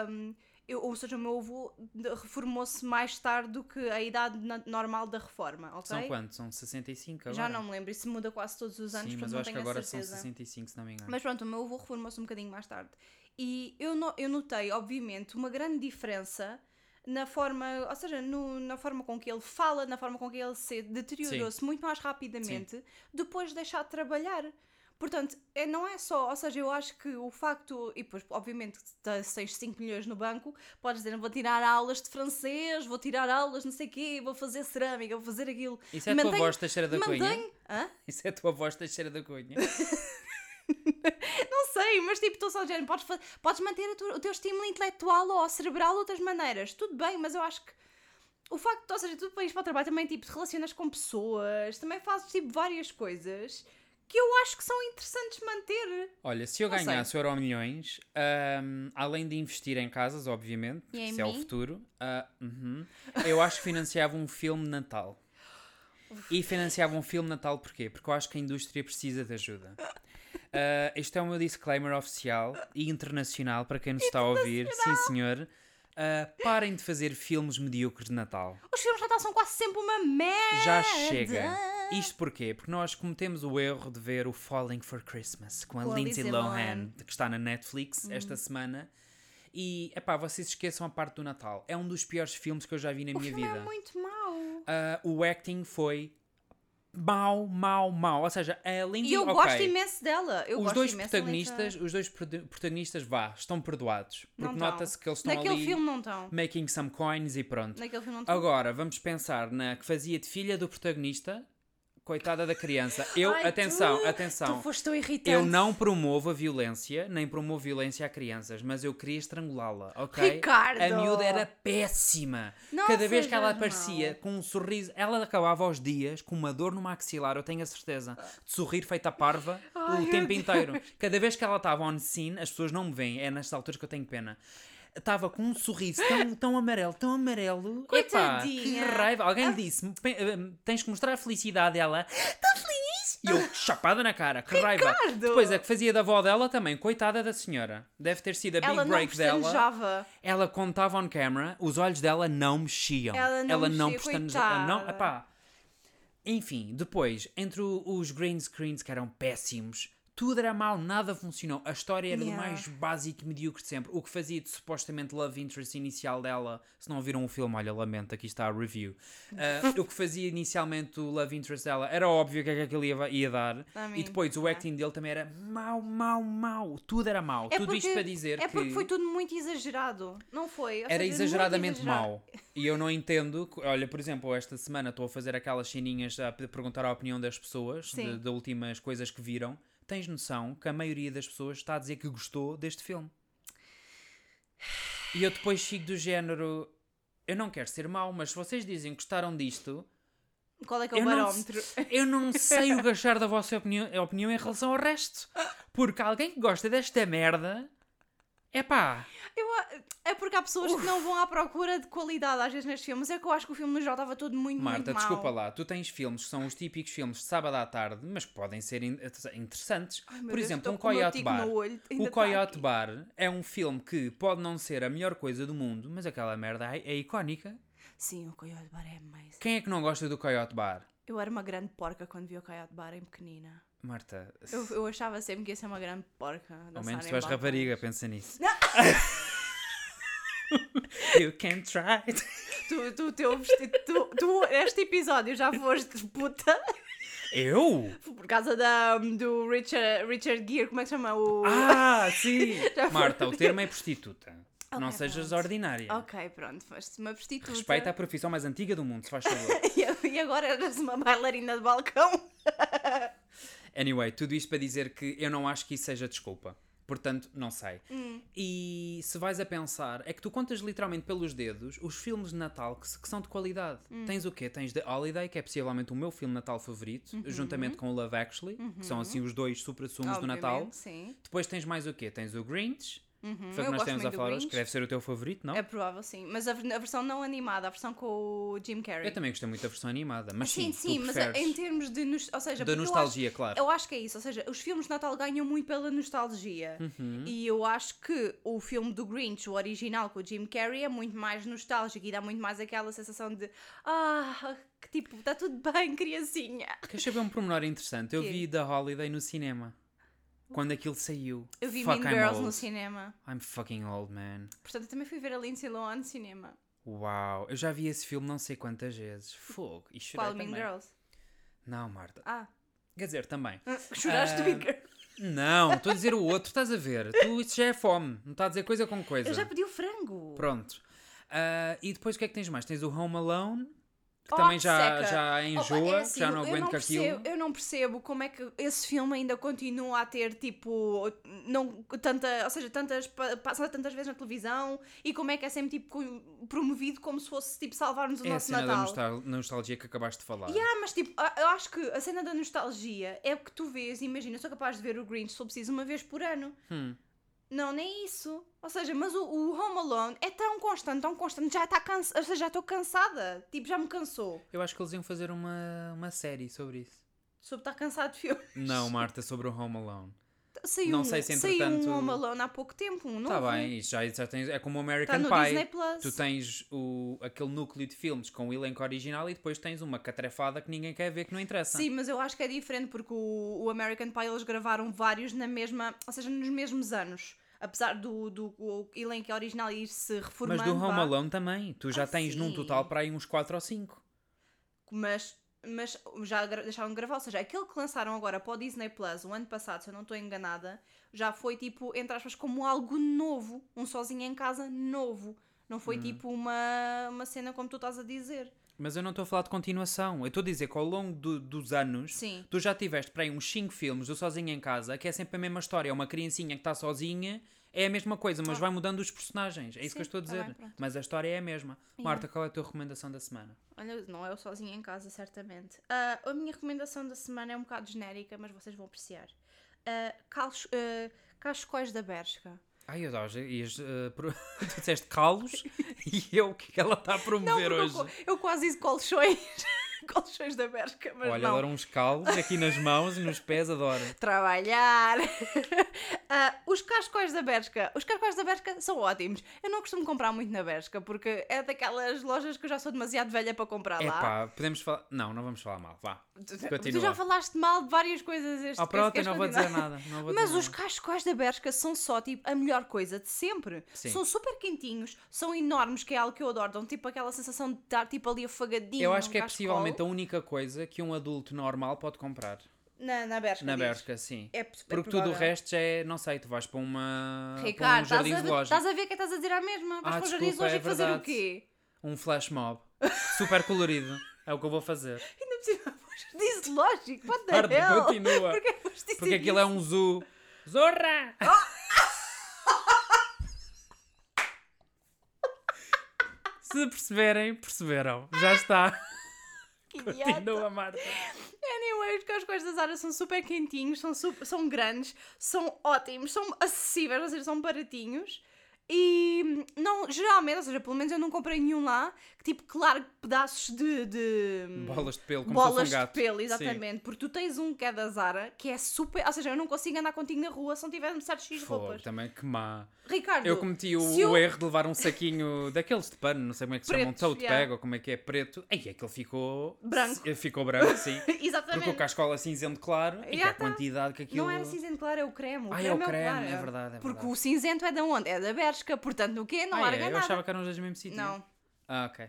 hum, eu, ou seja, o meu avô de- reformou-se mais tarde do que a idade na- normal da reforma, ok? São quantos? São 65 agora? Já não me lembro, isso muda quase todos os anos, Sim, portanto mas eu não acho que tenho a agora certeza. são 65, se não me engano. Mas pronto, o meu avô reformou-se um bocadinho mais tarde. E eu, no- eu notei, obviamente, uma grande diferença na forma, ou seja, no- na forma com que ele fala, na forma com que ele se deteriorou-se muito mais rapidamente depois de deixar de trabalhar. Portanto, é, não é só, ou seja, eu acho que o facto, e depois, obviamente, se te- se tens 5 milhões no banco, podes dizer, vou tirar aulas de francês, vou tirar aulas de não sei o quê, vou fazer cerâmica, vou fazer aquilo. Isso é a tua Mantém- voz Teixeira da Cunha? Mantém, Hã? Isso é a tua voz Teixeira da Cunha? Não sei, mas tipo, estou só dizendo, podes, fa- podes manter a tua- o teu estímulo intelectual ou cerebral de outras maneiras, tudo bem, mas eu acho que o facto, ou seja, tu para ires para o trabalho também, tipo, te relacionas com pessoas, também fazes, tipo, várias coisas que eu acho que são interessantes manter. Olha, se eu Não sei. ganhasse euro milhões, além de investir em casas, obviamente, E em isso é o mim? futuro, ah, uhum, eu acho que financiava um filme de Natal. E financiava um filme de Natal porquê? Porque eu acho que a indústria precisa de ajuda. Ah, este é o meu disclaimer oficial e internacional para quem nos está a ouvir. Sim, senhor. Ah, parem de fazer filmes medíocres de Natal. Os filmes de Natal são quase sempre uma merda. Já chega. Isto porquê? Porque nós cometemos o erro de ver o Falling for Christmas com a Com a Lindsay Lindsay Uhum. Lohan, que está na Netflix esta semana. E, epá, vocês esqueçam a parte do Natal. É um dos piores filmes que eu já vi na O minha filme vida. é muito mau. Ah, o acting foi mau, mau, mau. Ou seja, a Lindsay... E eu ok, gosto imenso dela. então. Eu Os gosto dois, imenso da Lindsay. protagonistas, os dois produ- protagonistas, vá, estão perdoados. Não Porque estão. nota-se que eles estão Naquele ali filme não estão. making some coins e pronto. Naquele filme não estão. Agora, vamos pensar na que fazia de filha do protagonista Coitada da criança. Eu, Ai, atenção, tu- atenção. Tu foste tão irritante. Eu não promovo a violência, nem promovo violência a crianças, mas eu queria estrangulá-la, ok? Ricardo! A miúda era péssima. Não Cada vez sejas que ela mau. aparecia com um sorriso, ela acabava aos dias com uma dor no maxilar, eu tenho a certeza, de sorrir feita parva Ai, o meu tempo inteiro. Cada vez que ela estava on scene, as pessoas não me veem, é nestas alturas que eu tenho pena. Estava com um sorriso tão, tão amarelo, tão amarelo. Epá, que Coitadinha. Ah. raiva. Alguém disse-me: "Pe- eh, tens que mostrar a felicidade dela. Estou feliz! E eu, chapada na cara, que raiva. Ricardo! Depois a que fazia da avó dela também, coitada da senhora. Deve ter sido a big Ela não break dela. pestanejava. Ela contava on camera, os olhos dela não mexiam. Ela não mexia, pestanejava- Não, coitada. epá. Enfim, depois, entre o- os green screens que eram péssimos, tudo era mau, nada funcionou. A história era do Yeah. mais básico e medíocre de sempre. O que fazia de supostamente love interest inicial dela, se não viram o filme, olha, lamento, aqui está a review. Ah, o que fazia inicialmente o love interest dela, era óbvio que é que aquilo ia, ia dar. I e mean, depois o yeah. acting dele também era mau, mau, mau. Tudo era mau. tudo isto para dizer é que porque foi tudo muito exagerado, não foi? Ou era seja, muito exageradamente exagerado. mau. E eu não entendo. que- Olha, por exemplo, esta semana estou a fazer aquelas ceninhas a p- perguntar a opinião das pessoas Sim. de, de últimas coisas que viram. Tens noção que a maioria das pessoas está a dizer que gostou deste filme. E eu depois sigo do género. Eu não quero ser mau, mas se vocês dizem que gostaram disto, Qual é que é o não barómetro? se- eu não sei o que achar da vossa opinião, a opinião em relação ao resto. Porque alguém que gosta desta merda. É pá. Eu a- é porque há pessoas que não vão à procura de qualidade às vezes nestes filmes. É que eu acho que o filme no geral estava todo muito, Marta, muito mau. desculpa lá, tu tens filmes que são os típicos filmes de sábado à tarde, mas que podem ser in- interessantes. Ai, meu Por Deus, exemplo, estou um com o meu Coyote tico no Bar. olho, ainda O tá Coyote aqui. Bar é um filme que pode não ser a melhor coisa do mundo, mas aquela merda é, é icónica. Sim, o Coyote Bar é mais. Quem é que não gosta do Coyote Bar? Eu era uma grande porca quando vi o Coyote Bar em pequenina. Marta, se- Eu, eu achava sempre que ia ser uma grande porca. a ao dançar menos em tu és balcões. rapariga, pensa nisso. you can try. it. Tu, tu, teu vestido, tu, tu, este episódio já foste puta Eu? por causa da, do Richard, Richard Gere, como é que chama? O... Ah, sim! Já Marta, o foi. termo é prostituta. não Ok, sejas pronto. ordinária. Ok, pronto, foste uma prostituta. Respeita a profissão mais antiga do mundo, se faz favor. E- E agora eras uma bailarina de balcão. Anyway, tudo isto para dizer que eu não acho que isso seja desculpa. Portanto, não sei. Hum. E se vais a pensar, é que tu contas literalmente pelos dedos os filmes de Natal que, se- que são de qualidade. Hum. Tens o quê? Tens The Holiday, que é possivelmente o meu filme de Natal favorito, Uhum, juntamente com o Love Actually, que são assim os dois supra-sumos do Natal. Obviamente, Sim. Depois tens mais o quê? Tens o Grinch, foi o que eu nós gosto temos a muito do falar hoje, Grinch. que deve ser o teu favorito, não? É provável, sim. Mas a, ver- a versão não animada, a versão com o Jim Carrey. Eu também gostei muito da versão animada, mas sim, Sim, sim, tu mas preferes em termos de. nos- Ou seja, da porque eu acho- nostalgia, claro. Eu acho que é isso, ou seja, os filmes de Natal ganham muito pela nostalgia. Uhum. E eu acho que o filme do Grinch, o original com o Jim Carrey, é muito mais nostálgico e dá muito mais aquela sensação de ah, que tipo, está tudo bem, criancinha. Queres saber um pormenor interessante? Eu Quê? vi The Holiday no cinema. Quando aquilo saiu. Eu vi Fuck, Mean I'm Girls old. no cinema. I'm fucking old, man. Portanto, eu também fui ver a Lindsay Lohan no cinema. Uau. Eu já vi esse filme não sei quantas vezes. Fogo. E chorei Qual Mean também. Girls? Não, Marta. Ah, Quer dizer, também. Ah, choraste de Mean Girls. Não, estou a dizer o outro. Estás a ver. Tu, isso já é fome. Não está a dizer coisa com coisa. Eu já pedi o frango. Pronto. Ah, e depois o que é que tens mais? Tens o Home Alone. Que Oh, também que já, seca. já Opa, enjoa. é assim, já não eu aguento com aquilo. percebo- Eu não percebo como é que esse filme ainda continua a ter, tipo, não, tanta, ou seja, tantas, pa- passa tantas vezes na televisão e como é que é sempre, tipo, com- promovido como se fosse, tipo, salvar-nos o É a nosso cena da Natal. nostal- nostalgia que acabaste de falar. Yeah, mas tipo, a- eu acho que a cena da nostalgia é o que tu vês, imagina, eu sou capaz de ver o Grinch, se for preciso, uma vez por ano. Hum. Não, nem isso. Ou seja, mas o, o Home Alone é tão constante, tão constante, já está cansada, ou seja, já estou cansada, tipo, já me cansou. Eu acho que eles iam fazer uma, uma série sobre isso. Soube estar cansado de filme. Não, Marta, sobre o Home Alone. Saiu, Não um- sei se, saiu entretanto- um Home Alone há pouco tempo, um novo. Está Tá bem, isso já, já tens, é como o Está American Tá no Disney Pie. Plus. Tu tens o, aquele núcleo de filmes com o elenco original e depois tens uma catrefada que ninguém quer ver que não interessa. Sim, mas eu acho que é diferente porque o, o American Pie eles gravaram vários na mesma, ou seja, nos mesmos anos. Apesar do, do o elenco original ir se reformando. Mas do vá. Home Alone também. Tu já Ah, tens num sim. total para aí uns 4 ou 5. Mas, mas já gra- deixaram de gravar. Ou seja, aquele que lançaram agora para o Disney Plus o ano passado, se eu não estou enganada, já foi tipo, entre aspas, como algo novo. Hum. Um sozinho em casa novo. Não foi tipo uma, uma cena como tu estás a dizer. Mas eu não estou a falar de continuação. Eu estou a dizer que ao longo do- dos anos, Sim. tu já tiveste para aí uns 5 filmes do Sozinho em Casa, que é sempre a mesma história. É uma criancinha que está sozinha, é a mesma coisa, mas vai mudando os personagens. É isso que eu Ah. estou Sim, a tá dizer. bem, pronto. mas a história é a mesma. Marta, qual é a tua recomendação da semana? Olha, não eu sozinha em casa, certamente. Ah, a minha recomendação da semana é um bocado genérica, mas vocês vão apreciar. Ah, calos, ah, Cascóis da Bershka. Ai, eu dava- ias, eh, pro- tu disseste calos e eu, o que é que ela está a promover porque eu hoje? co- Eu, quase disse colchões. colchões da Bershka, mas Olha, um não. ela era uns calos aqui nas mãos e nos pés, adoro. Trabalhar. Ah, os cascóis da Bershka. Os cascóis da Bershka são ótimos. Eu não costumo comprar muito na Bershka, porque é daquelas lojas que eu já sou demasiado velha para comprar Tá lá. Epá, podemos falar. Não, não vamos falar mal, vá. Tu- Tu Continua. já falaste mal de várias coisas este Ah, que- pronto, eu queres não vou continuar? dizer nada. Não vou Mas dizer os nada. cascóis da Bershka são só tipo a melhor coisa de sempre. Sim. São super quentinhos, são enormes, que é algo que eu adoro. Dão tipo aquela sensação de estar tipo ali afagadinho. Eu acho num que é cascol. possivelmente a única coisa que um adulto normal pode comprar. Na, na Bershka. Na diz. Bershka, sim. É, p- é Porque tudo o provável. resto já é, não sei, tu vais para uma. para um Ricardo, estás jardim a, ver- zoológico. estás a ver que estás a dizer à mesma? Vais Ah, para um jardim desculpa, é zoológico fazer o verdade. quê? Um flash mob. Super colorido. É o que eu vou fazer. Ainda por cima, para um jardim zoológico, what the Arde, hell? continua. É Porquê que foste dizer Porque aquilo é um zoo. Zorra! Se perceberem, perceberam. Já está. isso? Que idiota. Continua, Marta. Anyways, que as coisas da Zara são super quentinhos, são, su- são grandes, são ótimos, são acessíveis, ou seja, são baratinhos. E não, geralmente, ou seja, pelo menos eu não comprei nenhum lá, que tipo, claro, pedaços de. de- Bolas de pelo, como se Hum. bolas fosse um gato. de pelo, Sim. exatamente. Porque tu tens um que é da Zara, que é super. Ou seja, eu não consigo andar contigo na rua se não tiver necessário X Fogo, roupas. também que má. Ricardo, Eu cometi o, se o eu- erro de levar um saquinho daqueles de pano, não sei como é que se chamam, Pretos, tote yeah. bag ou como é que é, preto. Aí aquele ficou. Branco. Eh, Ficou branco, sim. exatamente. Porque o cascola cinzento claro e que é Yeah, a tá. quantidade que aquilo. Não era cinzento claro, é o creme. O Ah, é creme o creme, claro. é verdade, é Porque verdade. o cinzento é da onde? É da Bershka, portanto, no quê? Não ah, larga é? Eu nada. achava que eram os dois do mesmo sítio. Não. Ah, ok.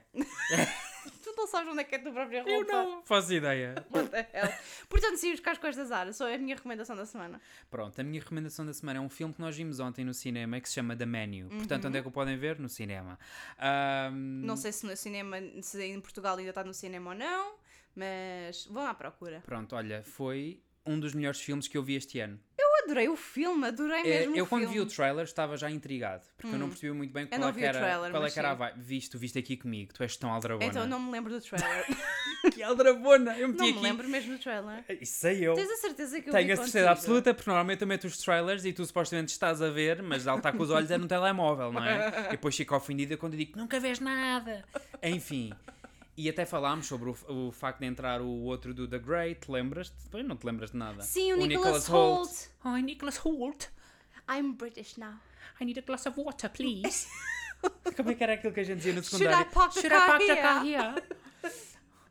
Tu não sabes onde é que é a tua própria roupa. Eu não faço ideia. What the hell? Portanto, sim, os cascos da Zara. Só é a minha recomendação da semana. Pronto, a minha recomendação da semana é um filme que nós vimos ontem no cinema que se chama The Menu. Portanto, onde é que o podem ver? No cinema. Ahm, Uhum. Não sei se no cinema, se em Portugal ainda está no cinema ou não, mas vão à procura. Pronto, olha, foi um dos melhores filmes que eu vi este ano. Eu adorei o filme, adorei É, mesmo eu o quando filme. Hum. vi o trailer estava já intrigado, porque eu não percebi muito bem qual não é que vi o era, trailer, qual é mas que era a sim. vibe. Viste, tu viste aqui comigo, tu és tão aldrabona. Então não me lembro do trailer. que aldrabona, eu meti não me aqui. lembro mesmo do trailer. Isso sei eu. Tens a certeza que eu vi Tenho a certeza contigo? absoluta, porque normalmente eu meto os trailers e tu supostamente estás a ver, mas ela está com os olhos é no telemóvel, não é? E depois fico ofendida quando eu digo que nunca vês nada. Enfim. E até falámos sobre o, o facto de entrar o outro do The Great, lembras-te? Depois não te lembras de nada. Sim, o, Nicholas, Nicholas Holt. Ai, Nicholas Holt. I'm British now. I need a glass of water, please. Como é que era aquilo que a gente dizia no Should secundário? I park the car here? here?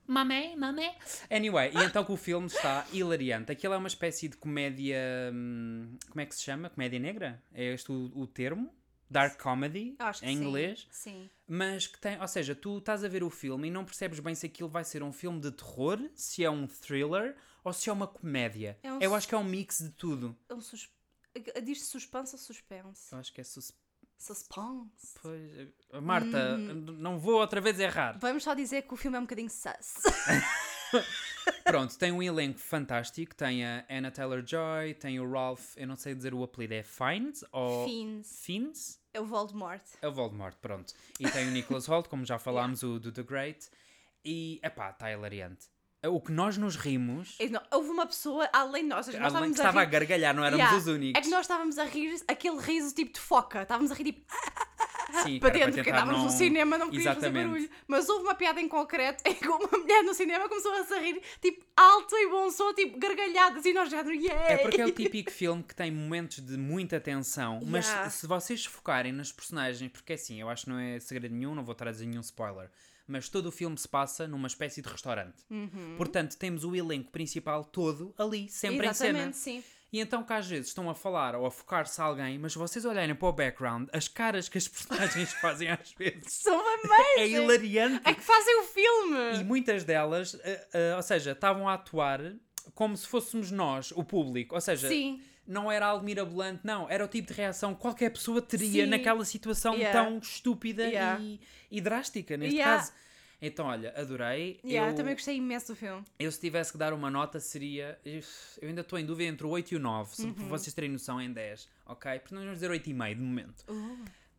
Mamãe, mamãe. Anyway, e então que o filme está hilariante. Aquilo é uma espécie de comédia. hum, Como é que se chama? Comédia negra? É este o, o termo? Dark comedy, Acho que em sim. inglês. Sim. Mas que tem. Ou seja, tu estás a ver o filme e não percebes bem se aquilo vai ser um filme de terror, se é um thriller ou se é uma comédia. É um Eu sus- acho que é um mix de tudo. É um sus... Diz suspense ou suspense? Eu acho que é suspense. Suspense. Pois, eh, Marta, Hum. não vou outra vez errar. Vamos só dizer que o filme é um bocadinho sus. Pronto, tem um elenco fantástico. Tem a Anna Taylor-Joy, tem o Ralph, eu não sei dizer o apelido, é Fiennes ou... Fiennes. Fiennes? É o Voldemort. É o Voldemort, pronto. E tem o Nicholas Holt, como já falámos, o do The Great. E, epá, está hilariante. O que nós nos rimos, E não- houve uma pessoa além de nós, ou seja, É nós além estávamos que estava a a, rir. gargalhar, não éramos Yeah. os únicos. É que nós estávamos a rir aquele riso tipo de foca. Estávamos a rir tipo Sim, que era para dentro, porque tentar estávamos no não- cinema, não queríamos Exatamente. fazer barulho. Mas houve uma piada em concreto em que uma mulher no cinema começou a se rir tipo alto e bom som, tipo gargalhadas e nós já no yeah. É porque é o típico filme que tem momentos de muita tensão, mas se- Yeah. se, vocês se focarem nas personagens, porque assim, eu acho que não é segredo nenhum, não vou trazer nenhum spoiler, mas todo o filme se passa numa espécie de restaurante. Uhum. Portanto, temos o elenco principal todo ali, sempre em cena. Exatamente, sim. E então que às vezes estão a falar ou a focar-se a alguém, mas se vocês olharem para o background, as caras que as personagens fazem às vezes São é amazing. hilariante. É que fazem o E filme. muitas delas, eh, eh, ou seja, estavam a atuar como se fôssemos nós, o público. Ou seja, Sim. não era algo mirabolante, não. Era o tipo de reação que qualquer pessoa teria Sim. naquela situação Yeah. tão estúpida Yeah. e, e drástica, neste Yeah. caso. Então, olha, adorei. Yeah, eu, Também gostei imenso do filme. eu, se tivesse que dar uma nota, seria. Eu ainda estou em dúvida entre o 8 e o 9, se Uhum. vocês terem noção, em 10, ok? Porque nós vamos dizer 8,5 de momento.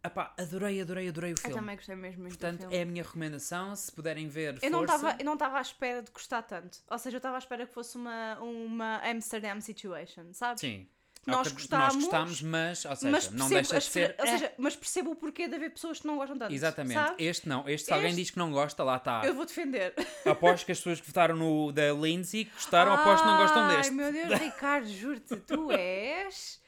Epá, adorei, adorei, adorei o Uh. Eu filme. também gostei mesmo muito do Portanto, filme. é a minha recomendação. Se puderem ver, Eu não, força. estava, eu não estava à espera de gostar tanto. Ou seja, eu estava à espera que fosse uma, uma Amsterdam situation, sabes? Sim. Nós Ok, gostámos, Nós gostámos, mas, ou seja, não percebo deixa as de ser. É. fe- Ou seja, mas percebo o porquê de haver pessoas que não gostam tanto. Exatamente. sabes? Este não. Este, se alguém Este- diz que não gosta, lá está. Eu vou defender. Aposto que as pessoas que votaram no da Lindsay que gostaram, aposto que não gostam Ai, deste. meu Deus, Ricardo, juro-te, tu és.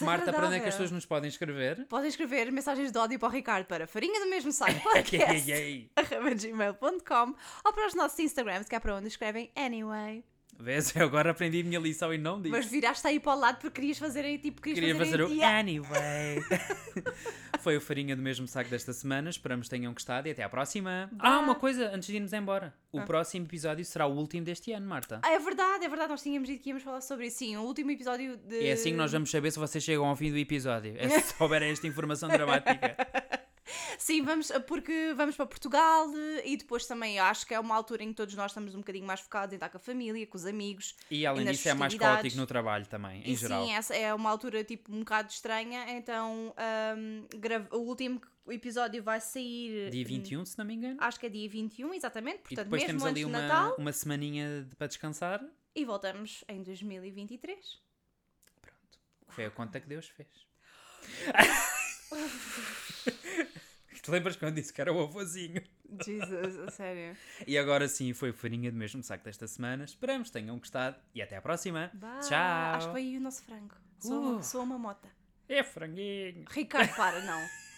Marta, para onde é que as desagradável. pessoas nos podem escrever? Podem escrever mensagens de ódio para o Ricardo para farinha do mesmo saco Ei, ei, podcast ei. arroba gmail.com ou para os nossos Instagrams, que é para onde escrevem anyway. Vês? Eu agora aprendi a minha lição e não disse. Mas viraste aí para o lado porque querias fazer aí tipo, querias Queria fazer, fazer o aí, anyway. Foi o farinha do mesmo saco desta semana. Esperamos que tenham gostado e até à próxima. Ah, uma coisa, antes de irmos embora. O próximo episódio será o último deste ano, Marta. Ah, é verdade, é verdade, nós tínhamos dito que íamos falar sobre isso. Sim, o último episódio de. E é assim que nós vamos saber se vocês chegam ao fim do episódio. É se souberem esta informação dramática. Sim, vamos, ah, porque vamos para Portugal eh, e depois também acho que é uma altura em que todos nós estamos um bocadinho mais focados em estar com a família, com os amigos. E além nas disso, é mais festividades. caótico no trabalho também, em e geral. sim, essa é uma altura tipo um bocado estranha, então hum, grava- o último episódio vai sair. Dia hum, 21, se não me engano. Acho que é dia 21, exatamente, E portanto, depois temos mesmo antes ali do uma, Natal. uma semaninha de- para descansar. E voltamos em 2023. Pronto. Foi a conta que Deus fez. Te lembras quando disse que era o avôzinho? Jesus, a sério. E agora sim, foi o farinha do mesmo saco desta semana. Esperamos que tenham gostado e até à próxima. Bah, Tchau. Acho que foi aí o nosso frango. Sou, Uh. sou uma mota. É franguinho. Ricardo, para, não.